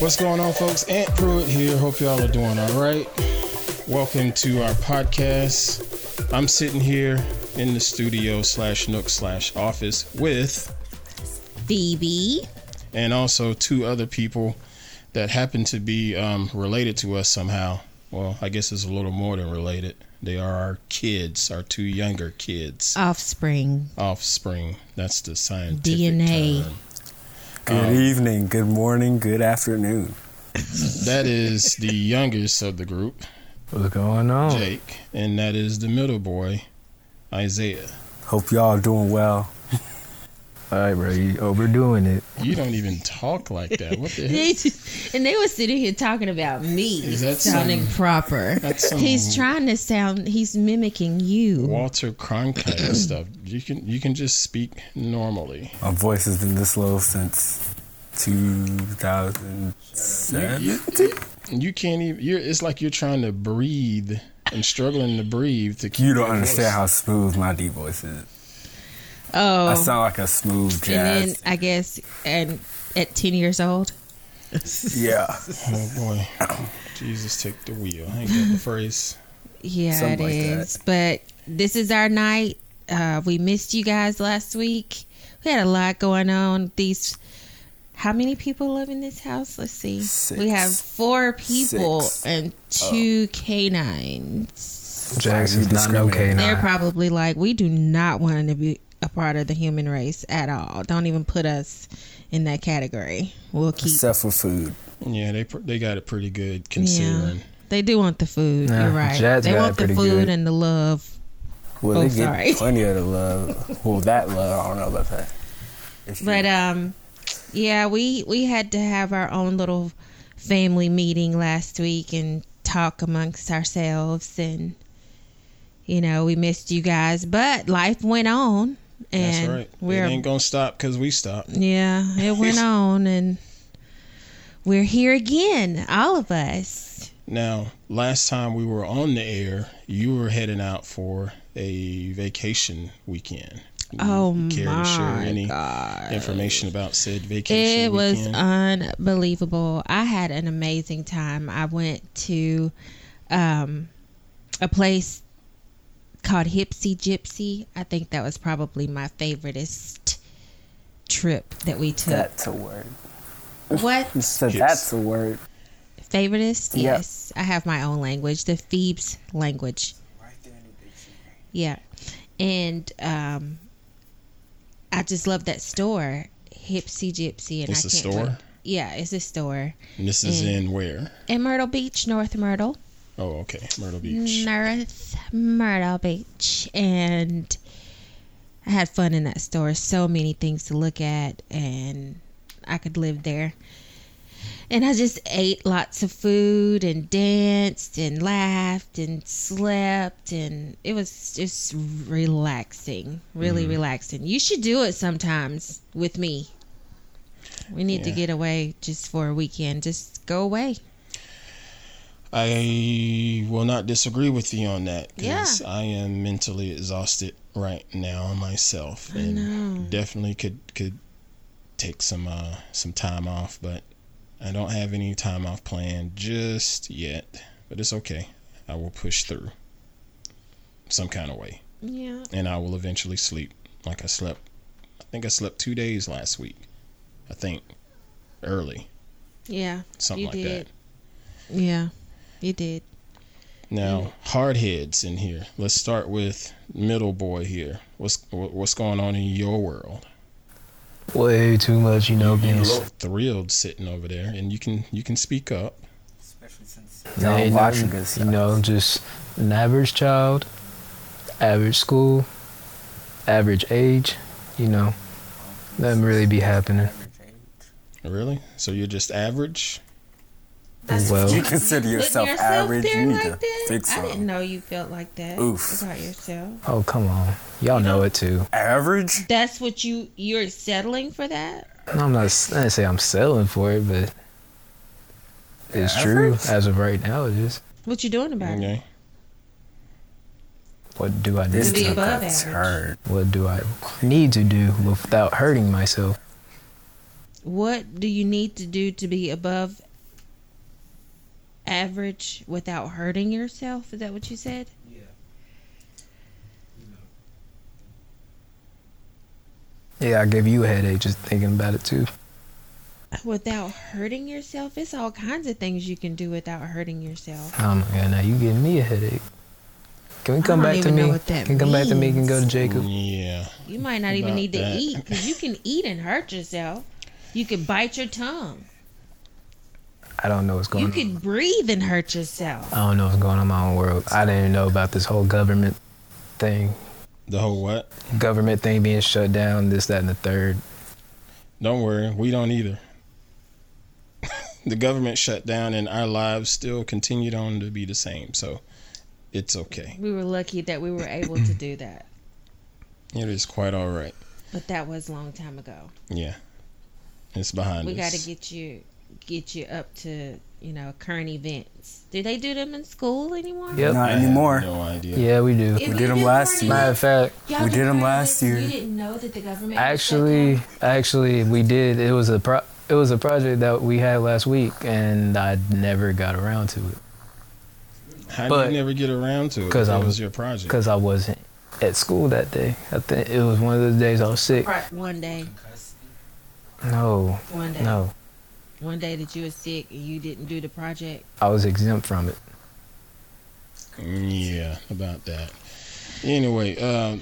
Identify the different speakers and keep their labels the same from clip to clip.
Speaker 1: What's going on, folks? Ant Pruitt here. Hope y'all are doing all right. Welcome to our podcast. I'm sitting here in the studio slash nook slash office with
Speaker 2: Phoebe.
Speaker 1: and also two other people that happen to be um, related to us somehow. Well, I guess it's a little more than related. They are our kids, our two younger
Speaker 2: Uh,
Speaker 1: kids,
Speaker 2: Offspring.
Speaker 1: offspring. That's the scientific
Speaker 2: DNA.
Speaker 1: term.
Speaker 3: Good evening, good morning, good afternoon.
Speaker 1: That is the youngest of the group,
Speaker 4: What's going on?
Speaker 1: Jake, and that is the middle boy, Isaiah.
Speaker 3: Hope y'all doing well.
Speaker 4: All right, bro, you overdoing it.
Speaker 1: You don't even talk like that. What the heck?
Speaker 2: They just- and they were sitting here talking about me
Speaker 1: Is that
Speaker 2: sounding
Speaker 1: some-
Speaker 2: proper.
Speaker 1: That's some
Speaker 2: He's trying to sound. He's mimicking you.
Speaker 1: Walter Cronkite stuff. You can you can just speak normally.
Speaker 3: My voice has been this low since
Speaker 1: You-
Speaker 3: 2007.
Speaker 1: you, you can't even. You're. It's like you're trying to breathe and struggling to breathe to keep.
Speaker 3: You don't
Speaker 1: your
Speaker 3: understand
Speaker 1: voice.
Speaker 3: how smooth my D voice is.
Speaker 2: Oh,
Speaker 3: I sound like a smooth
Speaker 2: and then
Speaker 3: jazz.
Speaker 2: I guess and at ten years old.
Speaker 3: yeah,
Speaker 1: Oh boy, Jesus, take the wheel. I ain't got the phrase.
Speaker 2: Yeah, it
Speaker 3: Something like that.
Speaker 2: is. But this is our night. Uh, we missed you guys last week. We had a lot going on. These, how many people live in this house? Let's see. We
Speaker 3: Six.
Speaker 2: have four people
Speaker 3: Six.
Speaker 2: and two canines.
Speaker 4: Jax
Speaker 3: you
Speaker 4: is not no
Speaker 3: discriminating?
Speaker 2: They're
Speaker 4: K9.
Speaker 2: probably like, we do not want to be a part of the human race at all. Don't even put us in that category. We'll keep.
Speaker 3: except for food.
Speaker 1: Yeah, they pr- they got it pretty good
Speaker 2: Yeah,
Speaker 1: considering.
Speaker 2: they do want the food.
Speaker 4: Nah,
Speaker 2: You're right.
Speaker 4: Jad's
Speaker 2: they
Speaker 4: got
Speaker 2: want
Speaker 4: it
Speaker 2: the
Speaker 4: pretty
Speaker 2: food
Speaker 4: good.
Speaker 2: and the love.
Speaker 3: Well,
Speaker 2: Oh,
Speaker 3: they get
Speaker 2: sorry.
Speaker 3: plenty of the love. well, that love, I don't know about that. If you-
Speaker 2: But um, yeah, we we had to have our own little family meeting last week and talk amongst ourselves, and you know we missed you guys, but life went on, and
Speaker 1: That's right.
Speaker 2: we're
Speaker 1: it ain't gonna stop because we stopped.
Speaker 2: yeah, it went on, and we're here again, all of us.
Speaker 1: Now, last time we were on the air, you were heading out for a vacation weekend.
Speaker 2: Oh
Speaker 1: You care to share
Speaker 2: my
Speaker 1: any
Speaker 2: god.
Speaker 1: information about said vacation
Speaker 2: It was uh,
Speaker 1: weekend?
Speaker 2: unbelievable. I had an amazing time. I went to um, a place called Hipsy Gypsy. I think that was probably my favoriteest trip that we took.
Speaker 3: that's a word.
Speaker 2: what
Speaker 3: You said
Speaker 1: Yes.
Speaker 3: that's a word.
Speaker 2: favoritist?
Speaker 3: Yeah.
Speaker 2: Yes, I have my own language, the Phoebe's language. Yeah, and um, I just love that store, Hipsy Gypsy, and
Speaker 1: It's
Speaker 2: I
Speaker 1: a
Speaker 2: can't
Speaker 1: store?
Speaker 2: Wait. Yeah, it's a store.
Speaker 1: and this is in where?
Speaker 2: in Myrtle Beach, North Myrtle,
Speaker 1: Oh, okay, Myrtle Beach.
Speaker 2: North Myrtle Beach, and I had fun in that store. So many things to look at, and I could live there. And I just ate lots of food and danced and laughed and slept and it was just relaxing, really
Speaker 1: Mm-hmm.
Speaker 2: relaxing. You should do it sometimes with me. We need to
Speaker 1: Yeah.
Speaker 2: get away just for a weekend. Just go away.
Speaker 1: I will not disagree with you on that because
Speaker 2: Yeah.
Speaker 1: I am mentally exhausted right now myself, and definitely could could take some uh, some time off, but I don't have any time off planned just yet. But it's okay. I will push through some kind of way,
Speaker 2: Yeah.
Speaker 1: and I will eventually sleep like I slept. I think I slept two days last week. I think early,
Speaker 2: Yeah.
Speaker 1: something
Speaker 2: You
Speaker 1: like that.
Speaker 2: did. Yeah, you did.
Speaker 1: Now, hard heads in here. Let's start with middle boy here. What's wh- what's going on in your world?
Speaker 4: Way too much, you know, being.
Speaker 1: He's thrilled sitting over there, and you can you can speak up.
Speaker 3: Y'all
Speaker 4: Ain't
Speaker 3: watching
Speaker 4: nothing,
Speaker 3: this,
Speaker 4: You know, just an average child, average school, average age, you know. Nothing really be happening.
Speaker 1: Really? So you're just average?
Speaker 3: You
Speaker 4: well,
Speaker 3: consider yourself, average. You need to fix
Speaker 2: I
Speaker 3: something.
Speaker 2: didn't know you felt like that
Speaker 3: Oof.
Speaker 2: about yourself.
Speaker 4: oh, come on. Y'all know it too.
Speaker 3: Average?
Speaker 2: That's what you you're settling for that.
Speaker 4: I'm not, I didn't say I'm selling for it, but it's true.
Speaker 3: Average?
Speaker 4: As of right now, it is.
Speaker 2: What you doing about it?
Speaker 1: Okay.
Speaker 4: What do I
Speaker 3: This
Speaker 2: To be
Speaker 4: need
Speaker 3: took
Speaker 4: to,
Speaker 2: above
Speaker 3: a
Speaker 2: average.
Speaker 3: turn.
Speaker 4: what do I need to do without hurting myself?
Speaker 2: What do you need to do to be above average without hurting yourself. Is that what you said?
Speaker 4: Yeah, I gave you a headache just thinking about it too.
Speaker 2: Without hurting yourself, it's all kinds of things you can do without hurting yourself.
Speaker 4: Oh my god, now you giving me a headache. Can we come
Speaker 2: don't
Speaker 4: back to
Speaker 2: even know
Speaker 4: me?
Speaker 2: what that
Speaker 4: Can you come back to me? Can you go to
Speaker 2: means.
Speaker 4: Jacob?
Speaker 1: Yeah.
Speaker 2: You might not even
Speaker 1: About
Speaker 2: need to
Speaker 1: that.
Speaker 2: eat because you can eat and hurt yourself. You could bite your tongue.
Speaker 4: I don't know what's going
Speaker 2: You
Speaker 4: on.
Speaker 2: could breathe and hurt yourself.
Speaker 4: I don't know what's going on in my own world. I didn't know about this whole government thing.
Speaker 1: The whole what?
Speaker 4: Government thing being shut down, this, that, and the third.
Speaker 1: Don't worry, we don't either. the government shut down and our lives still continued on to be the same, so it's okay.
Speaker 2: We were lucky that we were able to do that,
Speaker 1: It is quite all right.
Speaker 2: but that was a long time ago.
Speaker 1: Yeah. It's behind
Speaker 2: We
Speaker 1: us.
Speaker 2: got to get you get you up to you know current events. Do they do them in school anymore?
Speaker 4: Yep.
Speaker 1: I
Speaker 3: Not
Speaker 1: have
Speaker 3: anymore.
Speaker 1: No idea.
Speaker 4: Yeah, we do.
Speaker 2: If
Speaker 3: We
Speaker 2: you
Speaker 3: did 'em
Speaker 2: do
Speaker 3: last
Speaker 2: current
Speaker 3: year.
Speaker 4: Matter of
Speaker 2: events,
Speaker 4: fact,
Speaker 2: y'all
Speaker 3: We
Speaker 2: do
Speaker 3: did 'em
Speaker 2: current events,
Speaker 3: last year.
Speaker 2: You didn't know that the government was shut
Speaker 4: actually,
Speaker 2: down?
Speaker 4: actually, we did. It was a pro. It was a project that we had last week, and I never got around to it
Speaker 1: How
Speaker 4: but-
Speaker 1: did you never get around to it?
Speaker 4: 'cause
Speaker 1: that
Speaker 4: I
Speaker 1: was
Speaker 4: was-
Speaker 1: your project.
Speaker 4: because I wasn't at school that day. I think it was one of those days I was sick.
Speaker 2: Right. One day,
Speaker 4: No,
Speaker 2: one day,
Speaker 4: no,
Speaker 2: one day that you were sick and you didn't do the project.
Speaker 4: I was exempt from it.
Speaker 1: Yeah, about that. Anyway, um,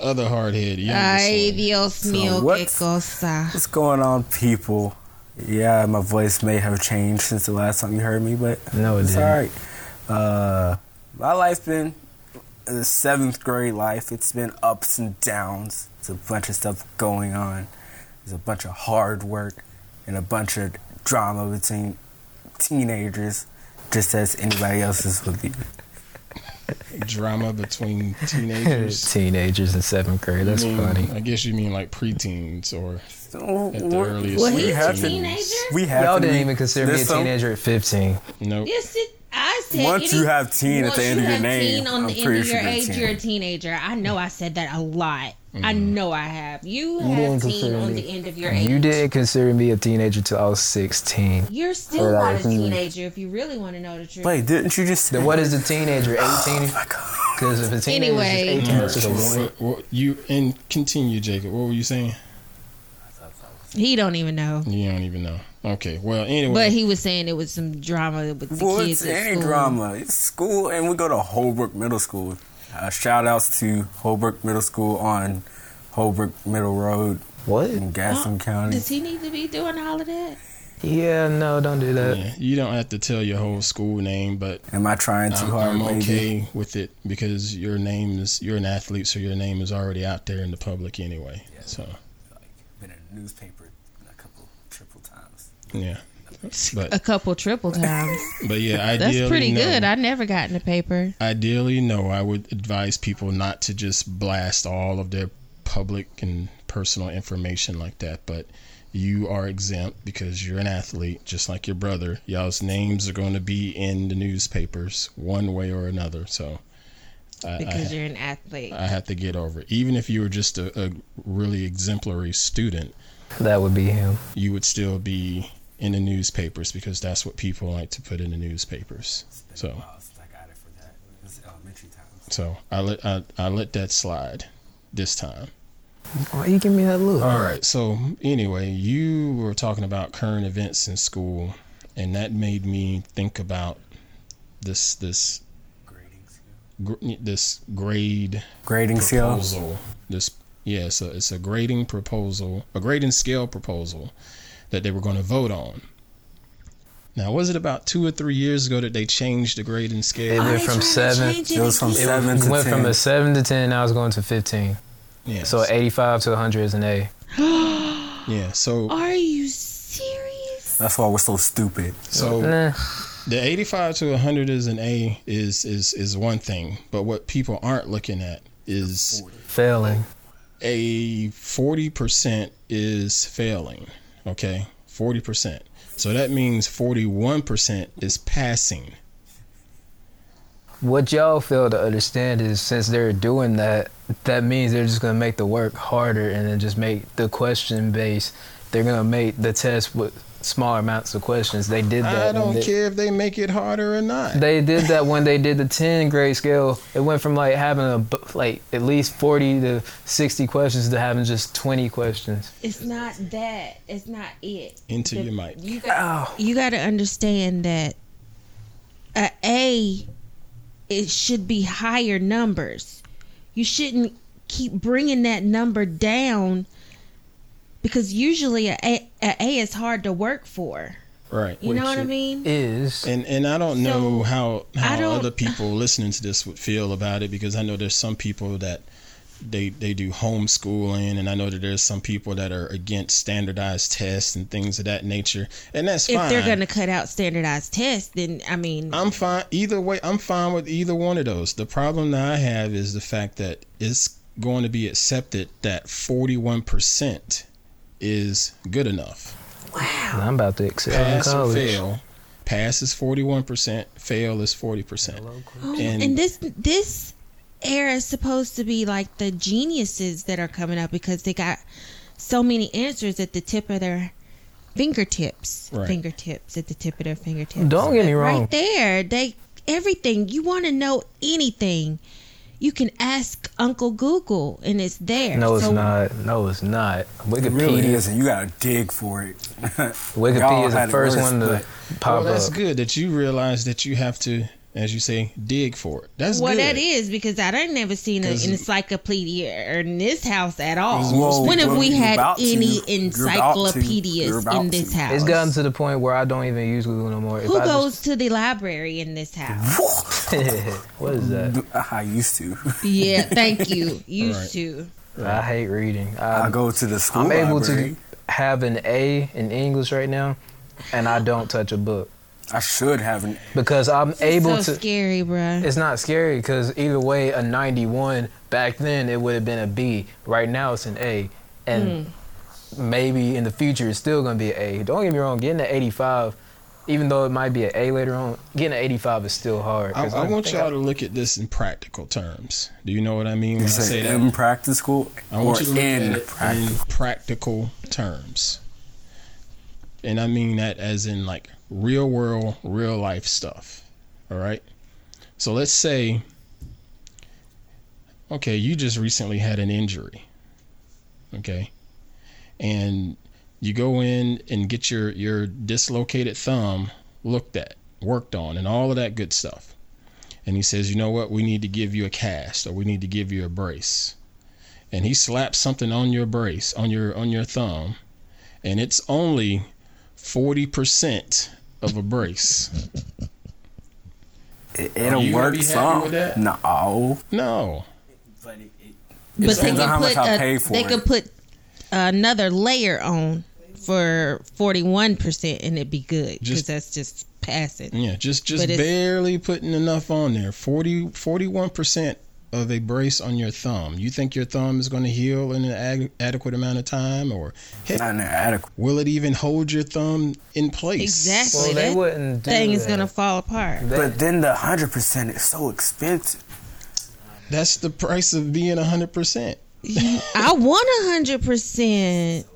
Speaker 1: other hardhead. youngest
Speaker 2: Ay,
Speaker 1: one.
Speaker 2: Dios mío,
Speaker 3: what?
Speaker 2: qué cosa.
Speaker 3: What's going on, people? Yeah, my voice may have changed since the last time you heard me, but
Speaker 4: No, it
Speaker 3: it's
Speaker 4: didn't.
Speaker 3: all right. Uh, my life's been the seventh grade life. It's been ups and downs. There's a bunch of stuff going on. There's a bunch of hard work and a bunch of drama between teenagers, just as anybody else's would be.
Speaker 1: Drama between teenagers.
Speaker 4: Teenagers in seventh grade. That's
Speaker 1: I mean,
Speaker 4: funny.
Speaker 1: I guess you mean like preteens or at the earliest.
Speaker 2: Well,
Speaker 1: of
Speaker 2: he's a
Speaker 3: have to-
Speaker 1: teens.
Speaker 2: teenager.
Speaker 3: We have
Speaker 4: Y'all
Speaker 3: to
Speaker 4: didn't
Speaker 3: be-
Speaker 4: even consider me a
Speaker 3: there's some-
Speaker 4: teenager at 15.
Speaker 1: Nope.
Speaker 2: Yes, it, I said.
Speaker 3: Once
Speaker 2: any-
Speaker 3: you have teen at
Speaker 2: once
Speaker 3: the end
Speaker 2: you
Speaker 3: of your
Speaker 2: have
Speaker 3: name,
Speaker 2: teen on
Speaker 3: I'm
Speaker 2: the end
Speaker 3: pretty
Speaker 2: of
Speaker 3: sure
Speaker 2: your
Speaker 3: you're a
Speaker 2: age,
Speaker 3: teen.
Speaker 2: you're a teenager. I know I said that a lot. I
Speaker 3: Mm-hmm.
Speaker 2: know I have. You
Speaker 4: didn't
Speaker 2: have teen
Speaker 4: consider
Speaker 2: on
Speaker 4: me.
Speaker 2: the end of your age.
Speaker 4: You didn't consider me a teenager till I was 16.
Speaker 2: You're
Speaker 4: Or
Speaker 2: still
Speaker 4: that
Speaker 2: not a
Speaker 4: was me.
Speaker 2: teenager if you really want to know the truth.
Speaker 3: Wait, didn't you just?
Speaker 4: Then what is a teenager? 18?
Speaker 3: my God.
Speaker 4: Because if a teenager
Speaker 2: Anyway.
Speaker 4: is just 18, it's just a one.
Speaker 1: What- what- you and continue, Jacob. What were you saying?
Speaker 2: He don't even know.
Speaker 1: You don't even know. Okay. Well, anyway.
Speaker 2: But he was saying it was some drama with the
Speaker 3: Mm. Well,
Speaker 2: kids
Speaker 3: it's
Speaker 2: at
Speaker 3: any
Speaker 2: school.
Speaker 3: drama. It's school, and we go to Holbrook Middle School. Uh, shout outs to Holbrook Middle School on Holbrook Middle Road
Speaker 4: What?
Speaker 3: in
Speaker 2: Oh,
Speaker 3: Gaston County.
Speaker 2: Does he need to be doing all of that?
Speaker 4: Yeah, no, don't do that.
Speaker 1: yeah, you don't have to tell your whole school name, but
Speaker 3: Am I trying too
Speaker 1: I'm,
Speaker 3: hard,
Speaker 1: I'm
Speaker 3: maybe?
Speaker 1: Uh, okay with it because your name is you're an athlete, so your name is already out there in the public anyway. So
Speaker 3: Been in the newspaper a couple triple times.
Speaker 1: yeah, but
Speaker 2: A couple triple times.
Speaker 1: but yeah,
Speaker 2: That's
Speaker 1: ideally
Speaker 2: pretty
Speaker 1: no.
Speaker 2: good. I never got in the paper.
Speaker 1: Ideally, no. I would advise people not to just blast all of their public and personal information like that. But you are exempt because you're an athlete, just like your brother. Y'all's names are going to be in the newspapers one way or another. So I,
Speaker 2: because
Speaker 1: I,
Speaker 2: you're an athlete.
Speaker 1: I have to get over it. Even if you were just a, a really exemplary student,
Speaker 4: That would be him.
Speaker 1: you would still be in the newspapers because that's what people like to put in the newspapers. So.
Speaker 3: I got it for that. It's elementary times.
Speaker 1: So I let I, I let that slide this time.
Speaker 4: Why you give me that
Speaker 3: Uh,
Speaker 4: look?
Speaker 1: All right. So anyway, you were talking about current events in school, and that made me think about this this
Speaker 3: Grading scale.
Speaker 1: gr- this grade
Speaker 3: Grading scale.
Speaker 1: proposal. This yeah, so it's a grading proposal, a grading scale proposal that they were going to vote on. Now, was it about two or three years ago that they changed the grading
Speaker 4: It
Speaker 2: Uh,
Speaker 1: scale?
Speaker 4: went from seven.
Speaker 3: It was from
Speaker 4: It
Speaker 3: seven to
Speaker 4: went
Speaker 3: ten.
Speaker 4: from a seven to ten. Now it's going to fifteen.
Speaker 1: Yeah.
Speaker 4: So eighty-five to hundred is an A.
Speaker 1: yeah. So
Speaker 2: Are you serious?
Speaker 3: That's why we're so stupid.
Speaker 1: so
Speaker 4: Nah.
Speaker 1: the 85 to 100 is an A is is is one thing, but what people aren't looking at is
Speaker 4: Failing.
Speaker 1: a 40% is failing, okay? 40%. So that means 41% is passing.
Speaker 4: What y'all fail to understand is since they're doing that, that means they're just gonna make the work harder and then just make the question base. They're gonna make the test with small amounts of questions. They did that.
Speaker 1: I don't
Speaker 4: when they,
Speaker 1: care if they make it harder or not.
Speaker 4: They did that when they did the 10 grade scale. It went from like having a bu- like at least 40 to 60 questions to having just 20 questions.
Speaker 2: It's not that. It's not it.
Speaker 1: Into your mic.
Speaker 2: You got, you got to understand that a A, it should be higher numbers. You shouldn't keep bringing that number down because usually a A, a, a is hard to work for.
Speaker 1: Right.
Speaker 2: You
Speaker 4: Which
Speaker 2: know what I
Speaker 4: it
Speaker 2: mean?
Speaker 4: Is
Speaker 1: And and I don't know how
Speaker 2: I
Speaker 1: how
Speaker 2: don't-
Speaker 1: other people listening to this would feel about it because I know there's some people that they they do homeschooling and I know that there's some people that are against standardized tests and things of that nature and that's
Speaker 2: if
Speaker 1: fine.
Speaker 2: they're going to cut out standardized tests, then I mean,
Speaker 1: I'm fine either way. I'm fine with either one of those. The problem that I have is the fact that it's going to be accepted that 41% is good enough.
Speaker 4: I'm about to excel in
Speaker 1: pass or
Speaker 4: college.
Speaker 1: fail. Pass is forty one percent. Fail is forty percent.
Speaker 2: Oh, and, this this era is supposed to be like the geniuses that are coming up because they got so many answers at the tip of their fingertips
Speaker 1: Right.
Speaker 2: fingertips at the tip of their fingertips
Speaker 4: Don't get me wrong.
Speaker 2: right there they everything you want to know anything you can ask uncle google and it's there
Speaker 4: No, it's
Speaker 2: So
Speaker 4: not. No, it's not.
Speaker 3: It
Speaker 4: Wikipedia.
Speaker 3: really isn't. You gotta dig for it.
Speaker 4: Wikipedia
Speaker 3: Y'all
Speaker 4: is the
Speaker 3: had it
Speaker 4: first
Speaker 3: worse,
Speaker 4: one to
Speaker 3: but-
Speaker 4: pop
Speaker 1: Well, that's
Speaker 4: up.
Speaker 1: good that you realize that you have to, as you say, dig for it. That's
Speaker 2: well,
Speaker 1: good.
Speaker 2: that is because I done never seen a, an
Speaker 1: 'Cause-
Speaker 2: encyclopedia in this house at all.
Speaker 3: Whoa,
Speaker 2: when have
Speaker 3: whoa,
Speaker 2: we
Speaker 3: you're
Speaker 2: had
Speaker 3: about to.
Speaker 2: any
Speaker 3: You're about to. You're
Speaker 2: encyclopedias
Speaker 3: about
Speaker 2: in this
Speaker 3: to.
Speaker 2: house?
Speaker 4: It's gotten to the point where I don't even use Google no more. If
Speaker 2: Who
Speaker 4: I
Speaker 2: goes to the library in this house?
Speaker 4: Just, what is that?
Speaker 3: I used to.
Speaker 2: yeah, thank you. Used
Speaker 1: Right.
Speaker 2: to.
Speaker 4: I hate reading.
Speaker 3: I
Speaker 4: I,
Speaker 3: go to the school
Speaker 4: I'm able
Speaker 3: library.
Speaker 4: to have an A in English right now, and I don't touch a book
Speaker 3: I should have an.
Speaker 4: because I'm able
Speaker 2: so
Speaker 4: to.
Speaker 2: scary, bruh.
Speaker 4: It's not scary because either way, a 91 back then it would have been a B. Right now it's an A, and
Speaker 2: Hmm.
Speaker 4: maybe in the future it's still gonna be an A. Don't get me wrong, getting an 85, even though it might be an A later on, getting an 85 is still hard.
Speaker 1: I,
Speaker 4: 'cause
Speaker 1: I
Speaker 4: don't
Speaker 1: want
Speaker 4: think
Speaker 1: y'all
Speaker 4: I-
Speaker 1: to look at this in practical terms. Do you know what I mean when I
Speaker 3: It's
Speaker 1: say
Speaker 3: an
Speaker 1: that?
Speaker 3: in practice school
Speaker 1: I
Speaker 3: or
Speaker 1: want you to look
Speaker 3: in
Speaker 1: at it
Speaker 3: practice.
Speaker 1: in practical terms. And I mean that as in like real world, real life stuff. All right. So let's say, okay, you just recently had an injury. Okay. And you go in and get your, your dislocated thumb looked at, worked on, and all of that good stuff. And he says, you know what? We need to give you a cast or we need to give you a brace and he slaps something on your brace on your on your thumb and it's only 40% of a brace
Speaker 3: It,
Speaker 1: Are
Speaker 3: it'll
Speaker 1: you gonna
Speaker 3: work
Speaker 1: be happy
Speaker 3: some.
Speaker 1: with that?
Speaker 3: No.
Speaker 1: no
Speaker 3: But it,
Speaker 2: But they
Speaker 3: depends
Speaker 2: can
Speaker 3: on how
Speaker 2: put
Speaker 3: much I
Speaker 2: a-
Speaker 3: pay for
Speaker 2: they
Speaker 3: it.
Speaker 2: can put another layer on for forty one percent, and it'd be good because
Speaker 1: Just-
Speaker 2: that's just passing.
Speaker 1: yeah just just
Speaker 2: But it's-
Speaker 1: barely putting enough on there 40 41% of a brace on your thumb you think your thumb is going to heal in an ad- adequate amount of time or heck,
Speaker 3: not an adequate.
Speaker 1: will it even hold your thumb in place
Speaker 2: Exactly.
Speaker 4: Well, they
Speaker 2: that
Speaker 4: wouldn't do
Speaker 2: Thing is
Speaker 4: that.
Speaker 2: gonna fall apart.
Speaker 3: But then the hundred percent is so expensive.
Speaker 1: that's the price of being 100%
Speaker 2: I want a hundred percent.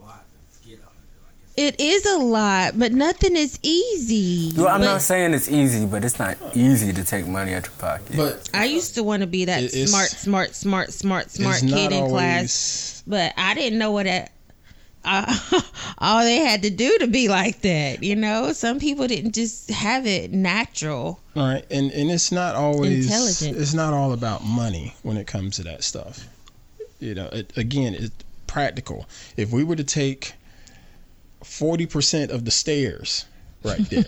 Speaker 2: It is a lot, but nothing is easy.
Speaker 3: Well, I'm
Speaker 2: But
Speaker 3: not saying it's easy, but it's not easy to take money out your pocket.
Speaker 1: but
Speaker 2: I used to want to be that
Speaker 1: It- it's-
Speaker 2: smart, smart, smart, smart, smart
Speaker 1: it's not
Speaker 2: kid in
Speaker 1: always
Speaker 2: class. but I didn't know what that. Uh, all they had to do to be like that, you know. Some people didn't just have it natural.
Speaker 1: All right, and and it's not always
Speaker 2: Intelligent.
Speaker 1: It's not all about money when it comes to that stuff. You know, it, again, it's practical. If we were to take forty percent of the stairs right there,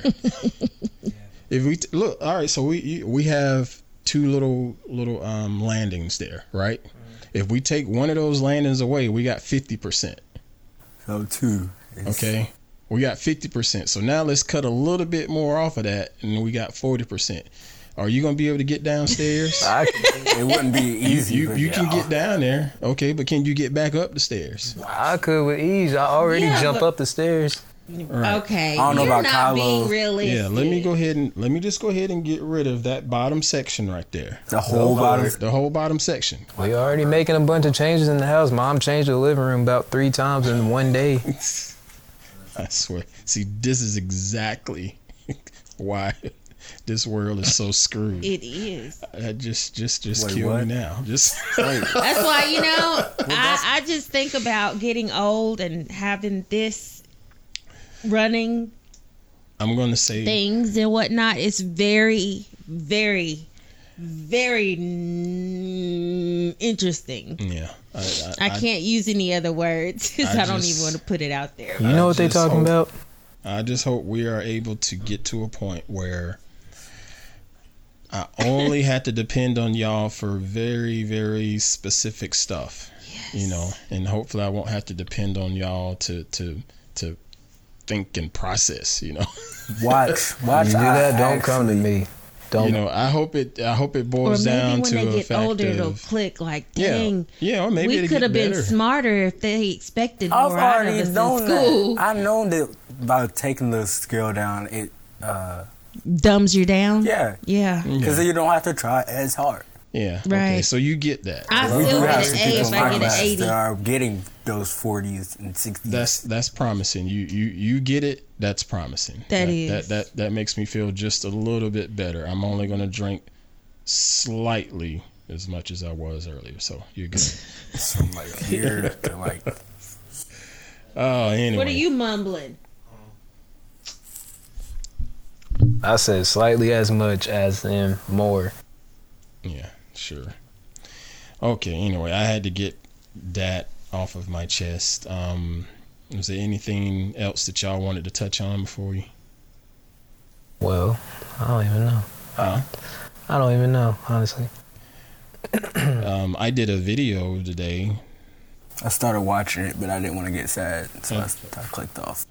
Speaker 1: if we t- look, all right, so we you- we have two little little um, landings there, right? If we take one of those landings away, we got fifty percent.
Speaker 3: So too. it's-
Speaker 1: Okay. We got 50%. So now let's cut a little bit more off of that and we got 40%. Are you going to be able to get downstairs?
Speaker 4: I,
Speaker 3: It wouldn't be easy.
Speaker 1: you
Speaker 3: but
Speaker 1: you
Speaker 3: yeah.
Speaker 1: can get down there. Okay, but can you get back up the stairs?
Speaker 4: I could with ease. I already
Speaker 2: Yeah,
Speaker 4: jump
Speaker 2: but-
Speaker 4: up the stairs.
Speaker 1: Right.
Speaker 2: Okay,
Speaker 3: I don't know
Speaker 2: you're
Speaker 3: about
Speaker 2: not
Speaker 3: Kylo.
Speaker 2: being realistic.
Speaker 1: Yeah, let me go ahead and let me just go ahead and get rid of that bottom section right there.
Speaker 3: the whole bottom.
Speaker 1: The whole bottom section.
Speaker 4: We already making a bunch of changes in the house. Mom changed the living room about three times in one day.
Speaker 1: I swear. See, this is exactly why this world is so screwed.
Speaker 2: It is.
Speaker 1: I just, just, just
Speaker 3: Wait,
Speaker 1: kill
Speaker 3: what?
Speaker 1: me now. Just
Speaker 2: That's why you know I, I just think about getting old and having this running
Speaker 1: I'm gonna say
Speaker 2: things and whatnot. It's very, very, very mm, interesting.
Speaker 1: Yeah, I, I,
Speaker 2: I can't use any other words because
Speaker 1: I
Speaker 2: I, don't
Speaker 1: just-
Speaker 2: even want to put it out there.
Speaker 4: You know what they
Speaker 1: just
Speaker 4: talking
Speaker 1: hope-
Speaker 4: about?
Speaker 1: I just hope we are able to get to a point where I only had to depend on y'all for very, very specific stuff. You know, and hopefully I won't have to depend on y'all to to to think and process. You know,
Speaker 3: Watch, watch.
Speaker 4: You do
Speaker 3: I
Speaker 4: that? Don't come to
Speaker 3: actually-
Speaker 4: me. Don't.
Speaker 1: you know. I hope it. I hope it
Speaker 2: Oh. Or
Speaker 1: boils
Speaker 2: maybe
Speaker 1: down
Speaker 2: when
Speaker 1: to
Speaker 2: they
Speaker 1: a
Speaker 2: get
Speaker 1: fact
Speaker 2: older, it'll
Speaker 1: of
Speaker 2: click like,
Speaker 1: yeah,
Speaker 2: dang,
Speaker 1: yeah, or maybe
Speaker 2: we
Speaker 1: it'll
Speaker 2: could
Speaker 1: get
Speaker 2: have been
Speaker 1: better.
Speaker 2: smarter if they expected
Speaker 3: I've
Speaker 2: more out of
Speaker 3: already
Speaker 2: us in
Speaker 3: known
Speaker 2: school.
Speaker 3: that. I know that by taking the skill down, it uh,
Speaker 2: Dumbs you down.
Speaker 3: yeah,
Speaker 2: Yeah.
Speaker 1: Mm.
Speaker 3: because you don't have to try as hard.
Speaker 1: Yeah, Okay,
Speaker 2: Right.
Speaker 1: so you get that.
Speaker 2: I
Speaker 1: Right?
Speaker 2: still
Speaker 3: do
Speaker 2: get
Speaker 3: have
Speaker 2: an
Speaker 3: some
Speaker 2: A
Speaker 3: people
Speaker 2: if
Speaker 3: in
Speaker 2: I
Speaker 3: my
Speaker 2: get
Speaker 3: class
Speaker 2: an 80.
Speaker 3: that are getting those forties and sixties.
Speaker 1: That's that's promising. You you you get it. That's promising.
Speaker 2: That
Speaker 1: that
Speaker 2: is.
Speaker 1: That that that makes me feel just a little bit better. I'm only gonna drink slightly as much as I was earlier. So you're good.
Speaker 3: from like here to like
Speaker 1: Oh, anyway.
Speaker 2: What are you mumbling?
Speaker 4: I said slightly as much as them more.
Speaker 1: Yeah, sure. Okay. Anyway, I had to get that off of my chest. Um, was there anything else that y'all wanted to touch on before we?
Speaker 4: Well, I don't even know.
Speaker 1: Huh?
Speaker 4: I don't even know, honestly.
Speaker 1: Um, I did a video today
Speaker 3: I started watching it, but I didn't want to get sad, so I, I clicked off.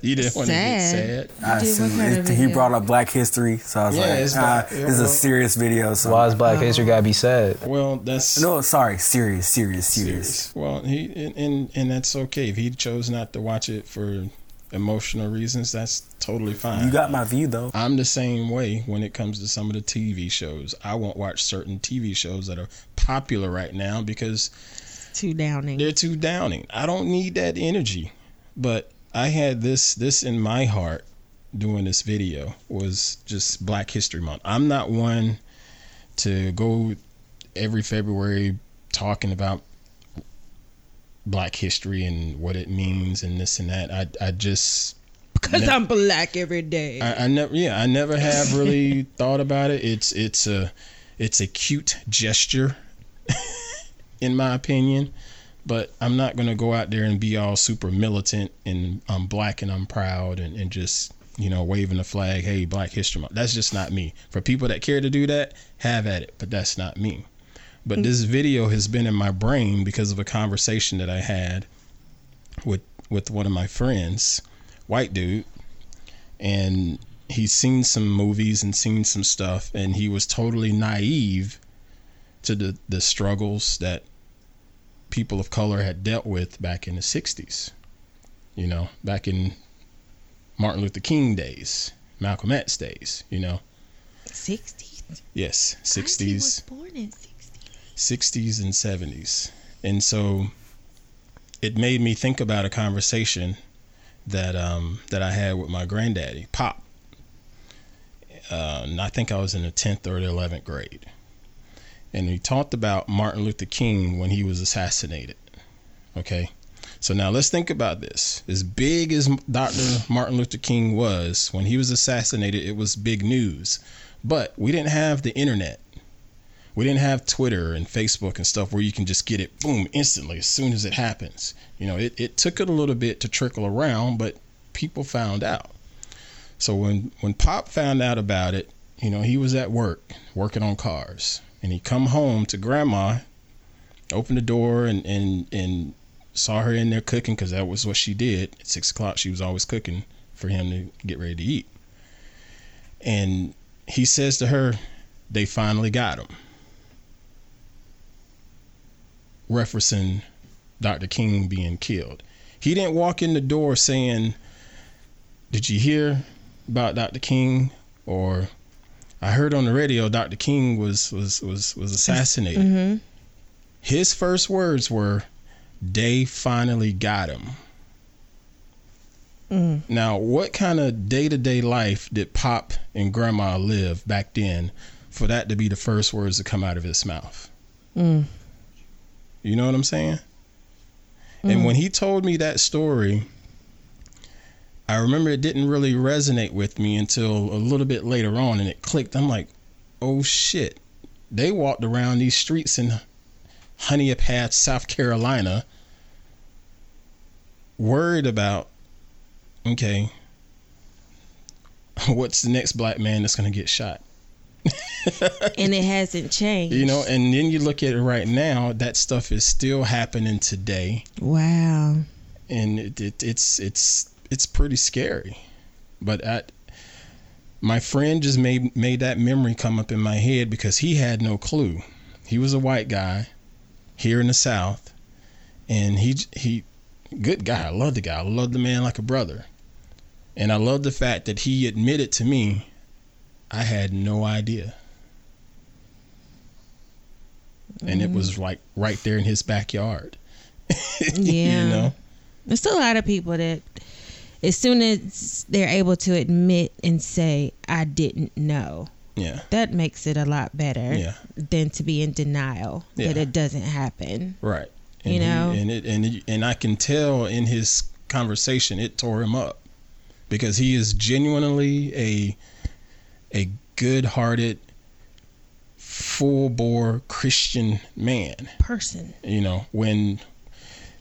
Speaker 1: you didn't want to get
Speaker 2: Sad.
Speaker 1: sad.
Speaker 3: I
Speaker 2: Dude, what
Speaker 3: assumed-
Speaker 2: kind of
Speaker 3: it- he
Speaker 2: video?
Speaker 3: brought up Black History, so I was
Speaker 1: Yeah,
Speaker 3: like,
Speaker 1: it's
Speaker 3: ah,
Speaker 1: black- yeah,
Speaker 3: "This is a
Speaker 1: well-
Speaker 3: serious video." So
Speaker 4: Why is Black History gotta be sad?
Speaker 1: Well, that's
Speaker 3: no, sorry, serious, serious, serious.
Speaker 1: Well, he and, and and that's okay. If he chose not to watch it for emotional reasons, that's totally fine.
Speaker 3: You got my view though.
Speaker 1: I'm the same way when it comes to some of the TV shows. I won't watch certain TV shows that are popular right now because
Speaker 2: Too downing.
Speaker 1: they're too downing. I don't need that energy. But I had this this in my heart doing this video was just Black History Month. I'm not one to go every February talking about black history and what it means and this and that. I I just
Speaker 2: Because I'm black every day.
Speaker 1: I, I never yeah, I never have really thought about it. It's it's a it's a cute gesture in my opinion. But I'm not gonna go out there and be all super militant and I'm black and I'm proud and, and just you know waving the flag, hey Black History Month. That's just not me. For people that care to do that, have at it. But that's not me. But this video has been in my brain because of a conversation that I had with with one of my friends, white dude, and he's seen some movies and seen some stuff and he was totally naive to the, the struggles that people of color had dealt with back in the 60s you know back in martin luther king days malcolm x days you know
Speaker 2: 60s.
Speaker 1: yes
Speaker 2: I was
Speaker 1: 60s
Speaker 2: born in 60s.
Speaker 1: 60s and 70s. And so it made me think about a conversation that um, that I had with my granddaddy, Pop. Uh, and I think I was in the 10th or the 11th grade. And he talked about Martin Luther King when he was assassinated. Okay? So now let's think about this. As big as Dr. Martin Luther King was, when he was assassinated, it was big news. But we didn't have the internet. We didn't have Twitter and Facebook and stuff where you can just get it boom instantly as soon as it happens. You know, it, it took it a little bit to trickle around, but people found out. So when when Pop found out about it, you know, he was at work working on cars, and he come home to Grandma, opened the door and and and saw her in there cooking because that was what she did at six o'clock. She was always cooking for him to get ready to eat. And he says to her, "They finally got him." referencing Dr. King being killed. He didn't walk in the door saying, Did you hear about Dr. King? Or I heard on the radio Dr. King was was was, was assassinated. His first words were, They finally got him. Now, what kind of day to day life did Pop and Grandma live back then for that to be the first words to come out of his mouth? You know what I'm saying? And when he told me that story, I remember it didn't really resonate with me until a little bit later on and it clicked. I'm like, oh shit. They walked around these streets in Honeypath, South Carolina, worried about, okay, what's the next black man that's going to get shot?
Speaker 2: and it hasn't changed.
Speaker 1: You know, and then you look at it right now, that stuff is still happening today.
Speaker 2: Wow.
Speaker 1: and it, it, it's it's it's pretty scary. But I, my friend just made made that memory come up in my head because he had no clue. He was a white guy here in the South, and he he good guy. I love the guy. I love the man like a brother, and I love the fact that he admitted to me, I had no idea. And it was like right there in his backyard.
Speaker 2: Yeah.
Speaker 1: You know?
Speaker 2: There's a lot of people that, as soon as they're able to admit and say, I didn't know,
Speaker 1: Yeah.
Speaker 2: that makes it a lot better
Speaker 1: Yeah.
Speaker 2: than to be in denial that
Speaker 1: Yeah.
Speaker 2: it doesn't happen.
Speaker 1: Right. And
Speaker 2: You
Speaker 1: he-
Speaker 2: know?
Speaker 1: and it and it- and I can tell in his conversation it tore him up because he is genuinely a a good-hearted full-bore Christian man,
Speaker 2: Person.
Speaker 1: you know, when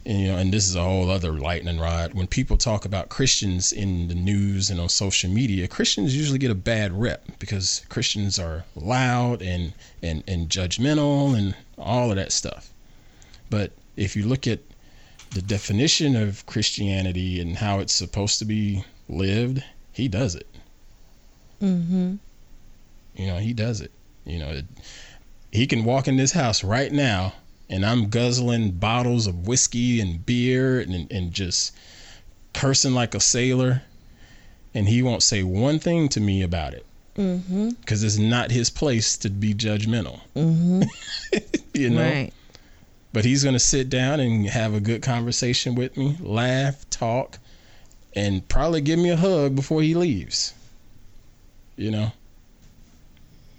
Speaker 1: and, you know, and this is a whole other lightning rod. When people talk about Christians in the news and on social media, Christians usually get a bad rep because Christians are loud and and and judgmental and all of that stuff. But if you look at the definition of Christianity and how it's supposed to be lived, he does it. Mm-hmm. You know, he does it. You know, it, he can walk in this house right now, and I'm guzzling bottles of whiskey and beer and, and just cursing like a sailor, and he won't say one thing to me about it. Because it's not his place to be judgmental. Mm-hmm. you know?
Speaker 2: Right.
Speaker 1: but he's going to sit down and have a good conversation with me, laugh, talk, and probably give me a hug before he leaves. You know?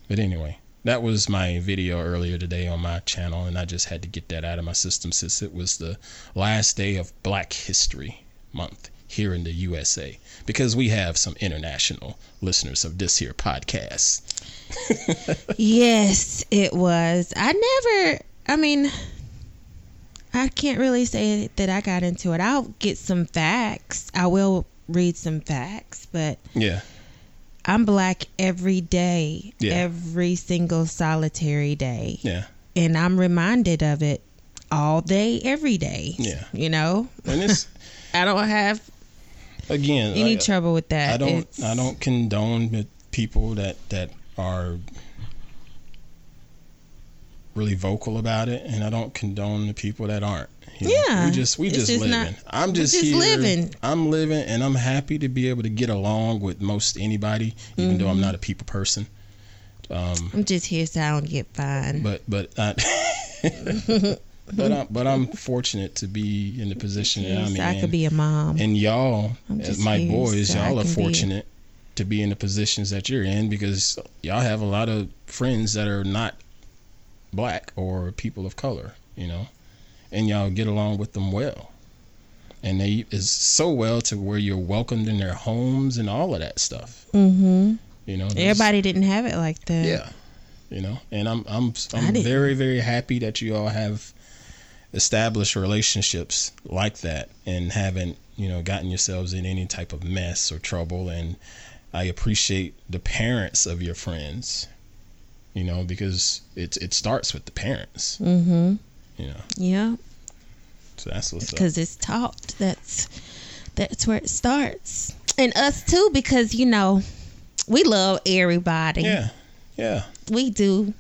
Speaker 1: But anyway, that was my video earlier today on my channel, and I just had to get that out of my system since it was the last day of Black History Month here in the USA because we have some international listeners of this here podcast.
Speaker 2: Yes, it was. I never, I mean, I can't really say that I got into it. I'll get some facts. I will read some facts, but
Speaker 1: Yeah.
Speaker 2: I'm black every day,
Speaker 1: Yeah.
Speaker 2: every single solitary day.
Speaker 1: Yeah.
Speaker 2: And I'm reminded of it all day, every day.
Speaker 1: Yeah.
Speaker 2: You know,
Speaker 1: And it's
Speaker 2: I don't have
Speaker 1: again
Speaker 2: any
Speaker 1: like-
Speaker 2: trouble with that.
Speaker 1: I don't
Speaker 2: It's-
Speaker 1: I don't condone the people that that are really vocal about it, and I don't condone the people that aren't. you know?
Speaker 2: Yeah,
Speaker 1: we just we
Speaker 2: it's
Speaker 1: just,
Speaker 2: just
Speaker 1: living.
Speaker 2: not-
Speaker 1: I'm just,
Speaker 2: just
Speaker 1: here.
Speaker 2: living.
Speaker 1: I'm living, and I'm happy to be able to get along with most anybody, even though
Speaker 2: Mm-hmm.
Speaker 1: I'm not a people person. Um,
Speaker 2: I'm just here so I don't get fined.
Speaker 1: But but I, but I'm but I'm fortunate to be in the position that I'm
Speaker 2: so
Speaker 1: in.
Speaker 2: I could be a mom.
Speaker 1: And y'all,
Speaker 2: I'm
Speaker 1: as
Speaker 2: just
Speaker 1: my
Speaker 2: here
Speaker 1: boys,
Speaker 2: so I
Speaker 1: y'all are
Speaker 2: can be-
Speaker 1: fortunate to be in the positions that you're in because y'all have a lot of friends that are not black or people of color, you know, and y'all get along with them well. And they is so well to where you're welcomed in their homes and all of that stuff. Mm-hmm. You know, there's-
Speaker 2: Everybody didn't have it like that.
Speaker 1: yeah, you know, and I'm I'm
Speaker 2: I
Speaker 1: I'm
Speaker 2: didn't.
Speaker 1: very very happy that you all have established relationships like that and haven't you know gotten yourselves in any type of mess or trouble. And I appreciate the parents of your friends, you know, because it's it starts with the parents. Mm-hmm. You know,
Speaker 2: Yeah.
Speaker 1: so that's what's up.
Speaker 2: because it's taught. That's that's where it starts, and us too, because you know we love everybody.
Speaker 1: Yeah, yeah.
Speaker 2: We do,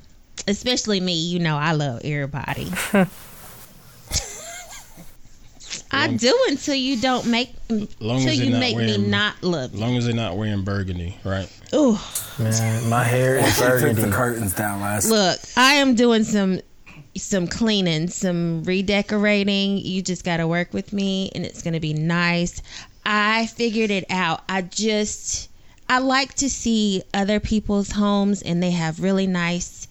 Speaker 2: especially me. You know, I love everybody. I do until you don't make
Speaker 1: Long
Speaker 2: until
Speaker 1: as
Speaker 2: you
Speaker 1: you're not
Speaker 2: make me
Speaker 1: wearing-
Speaker 2: not love.
Speaker 1: As long as they're not wearing burgundy, right?
Speaker 2: Oh,
Speaker 4: Man, my hair is
Speaker 3: Took
Speaker 4: burgundy.
Speaker 3: the curtains down last.
Speaker 2: look, I am doing some some cleaning, some redecorating. You just got to work with me, and it's gonna be nice. I figured it out. I just I like to see other people's homes and they have really nice,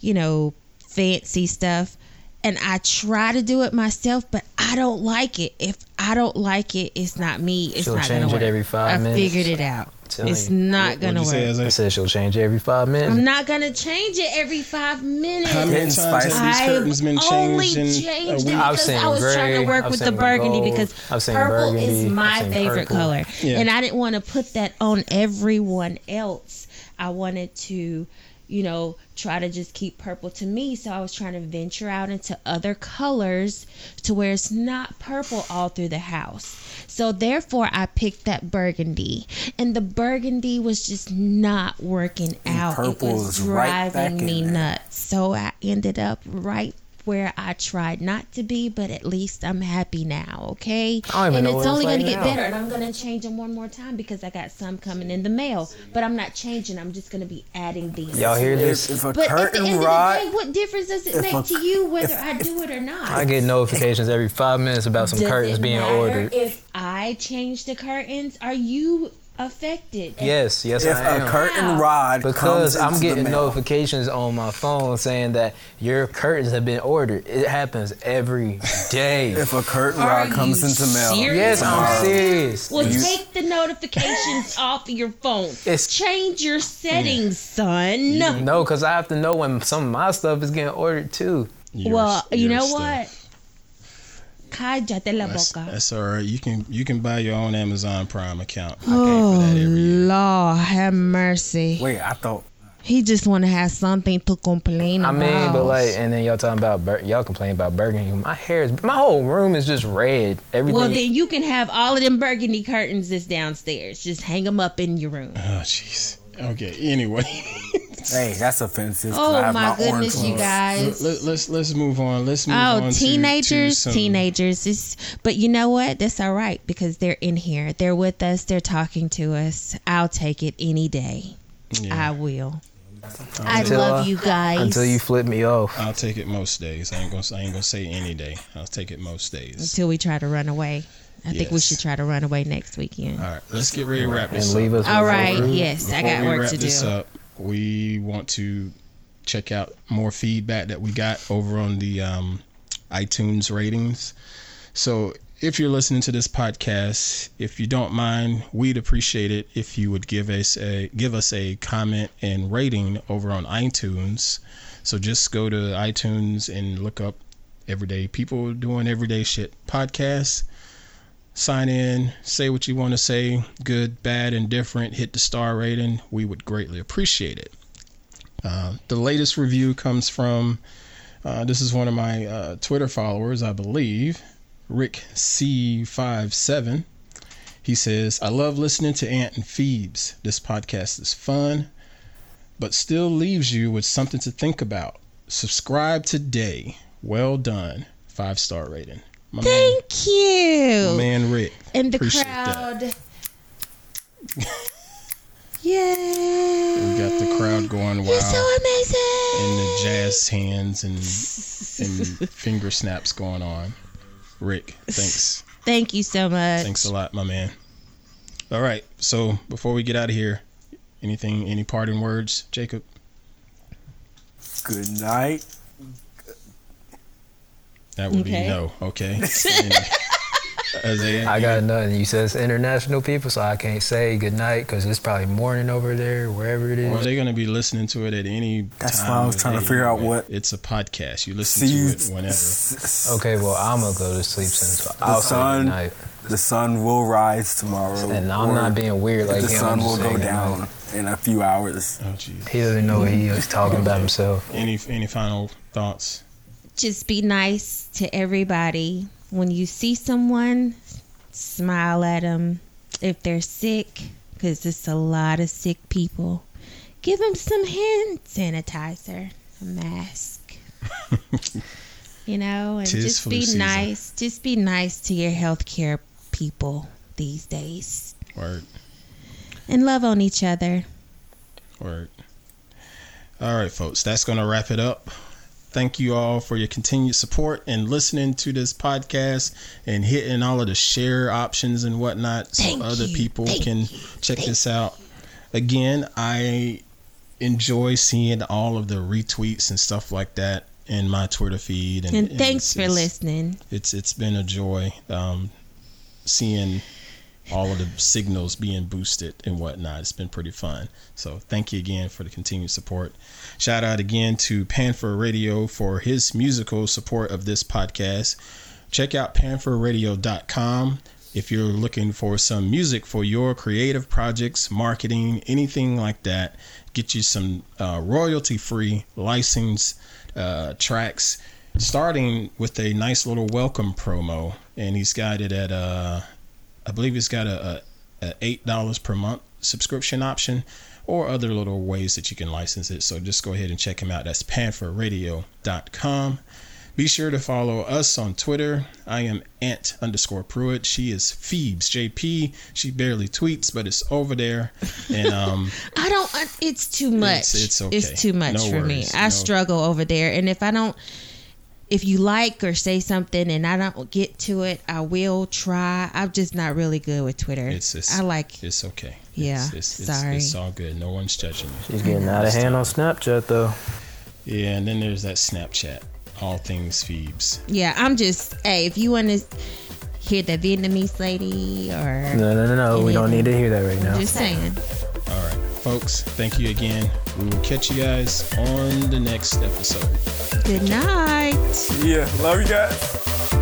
Speaker 2: you know, fancy stuff. And I try to do it myself, but I don't like it. If I don't like it, it's not me. It's
Speaker 4: She'll
Speaker 2: not
Speaker 4: change
Speaker 2: gonna
Speaker 4: it
Speaker 2: work.
Speaker 4: every five
Speaker 2: I
Speaker 4: minutes.
Speaker 2: figured it out.
Speaker 4: telling
Speaker 2: It's
Speaker 4: you.
Speaker 2: not gonna
Speaker 1: What'd you say,
Speaker 2: work.
Speaker 1: Isaiah?
Speaker 4: I said she'll change every five minutes.
Speaker 2: I'm not gonna change it every five minutes.
Speaker 1: How many
Speaker 3: Getting
Speaker 1: times have these
Speaker 3: spicy.
Speaker 2: I've
Speaker 1: curtains been
Speaker 2: only
Speaker 1: changed in a
Speaker 2: changed it
Speaker 1: week?
Speaker 4: I've
Speaker 2: because
Speaker 4: seen
Speaker 2: I was trying
Speaker 4: gray,
Speaker 2: to work
Speaker 4: I've
Speaker 2: with the
Speaker 4: seen
Speaker 2: burgundy
Speaker 4: gold,
Speaker 2: because
Speaker 4: I've seen
Speaker 2: purple
Speaker 4: burgundy,
Speaker 2: is my
Speaker 4: I've seen
Speaker 2: favorite
Speaker 4: purple.
Speaker 2: color,
Speaker 1: Yeah.
Speaker 2: and I didn't want to put that on everyone else. I wanted to, you know, try to just keep purple to me. So I was trying to venture out into other colors to where it's not purple all through the house. So therefore, I picked that burgundy, and the burgundy was just not working out. it
Speaker 3: purple
Speaker 2: was
Speaker 3: is right
Speaker 2: driving
Speaker 3: back in
Speaker 2: me
Speaker 3: there.
Speaker 2: nuts. Uh, So I ended up right where I tried not to be, but at least I'm happy now, okay?
Speaker 4: I don't even
Speaker 2: and
Speaker 4: know
Speaker 2: it's
Speaker 4: what it's
Speaker 2: only
Speaker 4: like
Speaker 2: gonna get
Speaker 4: now.
Speaker 2: better, and I'm gonna change them one more time because I got some coming in the mail. But I'm not changing. I'm just gonna be adding these.
Speaker 4: Y'all hear
Speaker 3: If,
Speaker 4: this?
Speaker 3: if a
Speaker 2: But at the
Speaker 3: curtain
Speaker 2: end
Speaker 3: rod,
Speaker 2: of the day, what difference does it
Speaker 3: if
Speaker 2: make
Speaker 3: a-
Speaker 2: to you whether I do it or not?
Speaker 4: I get notifications every five minutes about some
Speaker 2: Does
Speaker 4: curtains
Speaker 2: it
Speaker 4: being
Speaker 2: matter
Speaker 4: ordered.
Speaker 2: If I change the curtains, are you affected?
Speaker 4: Yes, yes,
Speaker 3: if
Speaker 4: I
Speaker 3: a
Speaker 4: am.
Speaker 3: curtain
Speaker 2: Wow.
Speaker 3: rod comes
Speaker 4: because I'm
Speaker 3: into the
Speaker 4: getting
Speaker 3: mail,
Speaker 4: notifications on my phone saying that your curtains have been ordered. It happens every day.
Speaker 3: If a curtain
Speaker 2: Are
Speaker 3: rod comes
Speaker 2: you
Speaker 3: into mail,
Speaker 2: serious?
Speaker 4: yes, I'm
Speaker 3: Tomorrow.
Speaker 4: serious.
Speaker 2: Well,
Speaker 3: You-
Speaker 2: take the notifications off of your phone.
Speaker 4: It's-
Speaker 2: Change your settings, son.
Speaker 4: No, because I have to know when some of my stuff is getting ordered too.
Speaker 1: Your-
Speaker 2: well, you
Speaker 1: your
Speaker 2: know
Speaker 1: stuff.
Speaker 2: what? Cállate la
Speaker 1: That's,
Speaker 2: boca.
Speaker 1: that's all right. You can you can buy your own Amazon Prime account. I pay for that
Speaker 2: Oh,
Speaker 1: every year.
Speaker 2: Lord have mercy.
Speaker 3: wait, I thought
Speaker 2: He just want to have something to complain
Speaker 4: I
Speaker 2: about.
Speaker 4: mean, but like, and then y'all talking about bur- y'all complaining about Burger King. My hair is, my whole room is just red. Everything.
Speaker 2: Well, then you can have all of them burgundy curtains that's downstairs. Just hang them up in your room.
Speaker 1: Oh jeez. Okay. Anyway,
Speaker 3: Hey, that's offensive. 'cause I
Speaker 2: Oh
Speaker 3: have
Speaker 2: my
Speaker 3: orange
Speaker 2: goodness, you
Speaker 3: ones.
Speaker 1: let,
Speaker 2: guys.
Speaker 1: let, let's let's move on. Let's move on.
Speaker 2: Oh,
Speaker 1: to-
Speaker 2: teenagers,
Speaker 1: to some-
Speaker 2: teenagers. It's, but you know what? That's all right because they're in here. They're with us. They're talking to us. I'll take it any day. I
Speaker 1: Yeah,
Speaker 2: will. I
Speaker 4: Until,
Speaker 2: love
Speaker 4: uh,
Speaker 2: you guys.
Speaker 4: until you flip me off.
Speaker 1: I'll take it most days. I ain't gonna I ain't gonna say any day. I'll take it most days.
Speaker 2: until we try to run away. I think we
Speaker 1: Yes.
Speaker 2: should try to run away next weekend.
Speaker 1: All right. Let's get ready to wrap
Speaker 4: And
Speaker 1: this up.
Speaker 4: leave us.
Speaker 2: All
Speaker 4: with-
Speaker 2: right. Yes, I
Speaker 1: Before
Speaker 2: got
Speaker 1: we
Speaker 2: work
Speaker 1: wrap
Speaker 2: to do.
Speaker 1: this up, we want to check out more feedback that we got over on the um, iTunes ratings. So if you're listening to this podcast, if you don't mind, we'd appreciate it if you would give us a give us a comment and rating over on iTunes. So just go to iTunes and look up everyday people doing everyday shit podcast sign in, say what you want to say, good, bad, indifferent, hit the star rating. We would greatly appreciate it. Uh, the latest review comes from uh, this is one of my uh, Twitter followers, I believe, Rick C57. He says, I love listening to Ant and Phoebes. This podcast is fun, but still leaves you with something to think about. Subscribe today. Well done. Five star rating. My man-
Speaker 2: Thank you.
Speaker 1: man Rick.
Speaker 2: and the
Speaker 1: appreciate
Speaker 2: crowd.
Speaker 1: We
Speaker 2: Yay.
Speaker 1: got the crowd going
Speaker 2: You're so
Speaker 1: wild and
Speaker 2: amazing.
Speaker 1: the jazz hands and and finger snaps going on. Rick, thanks.
Speaker 2: Thank you so much.
Speaker 1: Thanks a lot, my man. All right. So before we get out of here, anything any parting words, Jacob?
Speaker 3: Good night.
Speaker 1: That would
Speaker 2: Okay.
Speaker 1: be no, okay. Anyway. Isaiah,
Speaker 4: I
Speaker 1: you-
Speaker 4: got nothing. You said it's international people, so I can't say good night because it's probably morning over there, wherever it
Speaker 1: Well,
Speaker 4: is.
Speaker 1: they're gonna be listening to it at any
Speaker 3: That's
Speaker 1: time
Speaker 3: why I was
Speaker 1: of
Speaker 3: trying to
Speaker 1: day.
Speaker 3: figure out what-
Speaker 1: it's a podcast. You listen
Speaker 3: See you.
Speaker 1: to it whenever.
Speaker 4: Okay, well I'm gonna go to sleep since I'll say
Speaker 3: sun-
Speaker 4: good night,
Speaker 3: The sun will rise tomorrow.
Speaker 4: and I'm
Speaker 3: or
Speaker 4: not being weird like
Speaker 3: The
Speaker 4: him.
Speaker 3: sun
Speaker 4: I'm
Speaker 3: will
Speaker 4: just
Speaker 3: go
Speaker 4: saying good
Speaker 3: down
Speaker 4: night.
Speaker 3: in a few hours.
Speaker 1: Oh geez.
Speaker 4: He doesn't know what he is talking about himself.
Speaker 1: Any any final thoughts?
Speaker 2: Just be nice to everybody. When you see someone, smile at them. If they're sick, because it's a lot of sick people, give them some hand sanitizer, a mask. you know, and
Speaker 1: Tis
Speaker 2: just
Speaker 1: flu
Speaker 2: be
Speaker 1: season.
Speaker 2: nice. Just be nice to your healthcare people these days,
Speaker 1: Word.
Speaker 2: and love on each other.
Speaker 1: Word. All right, folks, that's going to wrap it up. Thank you all for your continued support and listening to this podcast and hitting all of the share options and whatnot so
Speaker 2: Thank
Speaker 1: other
Speaker 2: you.
Speaker 1: people
Speaker 2: Thank
Speaker 1: can
Speaker 2: you.
Speaker 1: check this out. Again, I enjoy seeing all of the retweets and stuff like that in my Twitter feed. And,
Speaker 2: And
Speaker 1: and
Speaker 2: thanks
Speaker 1: it's-
Speaker 2: for
Speaker 1: it's-
Speaker 2: listening.
Speaker 1: It's it's been a joy um, seeing all of the signals being boosted and whatnot. It's been pretty fun. So thank you again for the continued support. Shout out again to Panfer Radio for his musical support of this podcast. Check out panferradio.com if you're looking for some music for your creative projects, marketing, anything like that. Get you some uh, royalty free licensed uh, tracks, starting with a nice little welcome promo. And he's got it at uh, I believe it's got a, a, a eight dollars per month subscription option, or other little ways that you can license it. So just go ahead and check him out. That's panferradio.com. Be sure to follow us on Twitter. I am Ant underscore Pruitt. She is Phoebes JP. She barely tweets, but it's over there. And um,
Speaker 2: I don't. I- It's too much.
Speaker 1: It's-
Speaker 2: It's,
Speaker 1: it's okay.
Speaker 2: too much
Speaker 1: No
Speaker 2: for me.
Speaker 1: worries.
Speaker 2: I
Speaker 1: No.
Speaker 2: struggle over there, and if I don't, if you like or say something, and I don't get to it, I will try. I'm just not really good with Twitter.
Speaker 1: it's, it's
Speaker 2: I like.
Speaker 1: it's okay.
Speaker 2: Yeah,
Speaker 1: It's- it's- it's-
Speaker 2: sorry.
Speaker 1: it's all good. No one's judging you.
Speaker 4: She's getting out of hand on Snapchat though.
Speaker 1: Yeah, and then there's that Snapchat. All things Phoebes.
Speaker 2: Yeah, I'm just. Hey, if you want to hear that Vietnamese lady, or
Speaker 4: No, no, no, no. We don't need to hear that right now.
Speaker 2: just saying.
Speaker 1: All right, folks, thank you again. We will catch you guys on the next episode.
Speaker 2: Good night.
Speaker 3: Yeah, love you guys.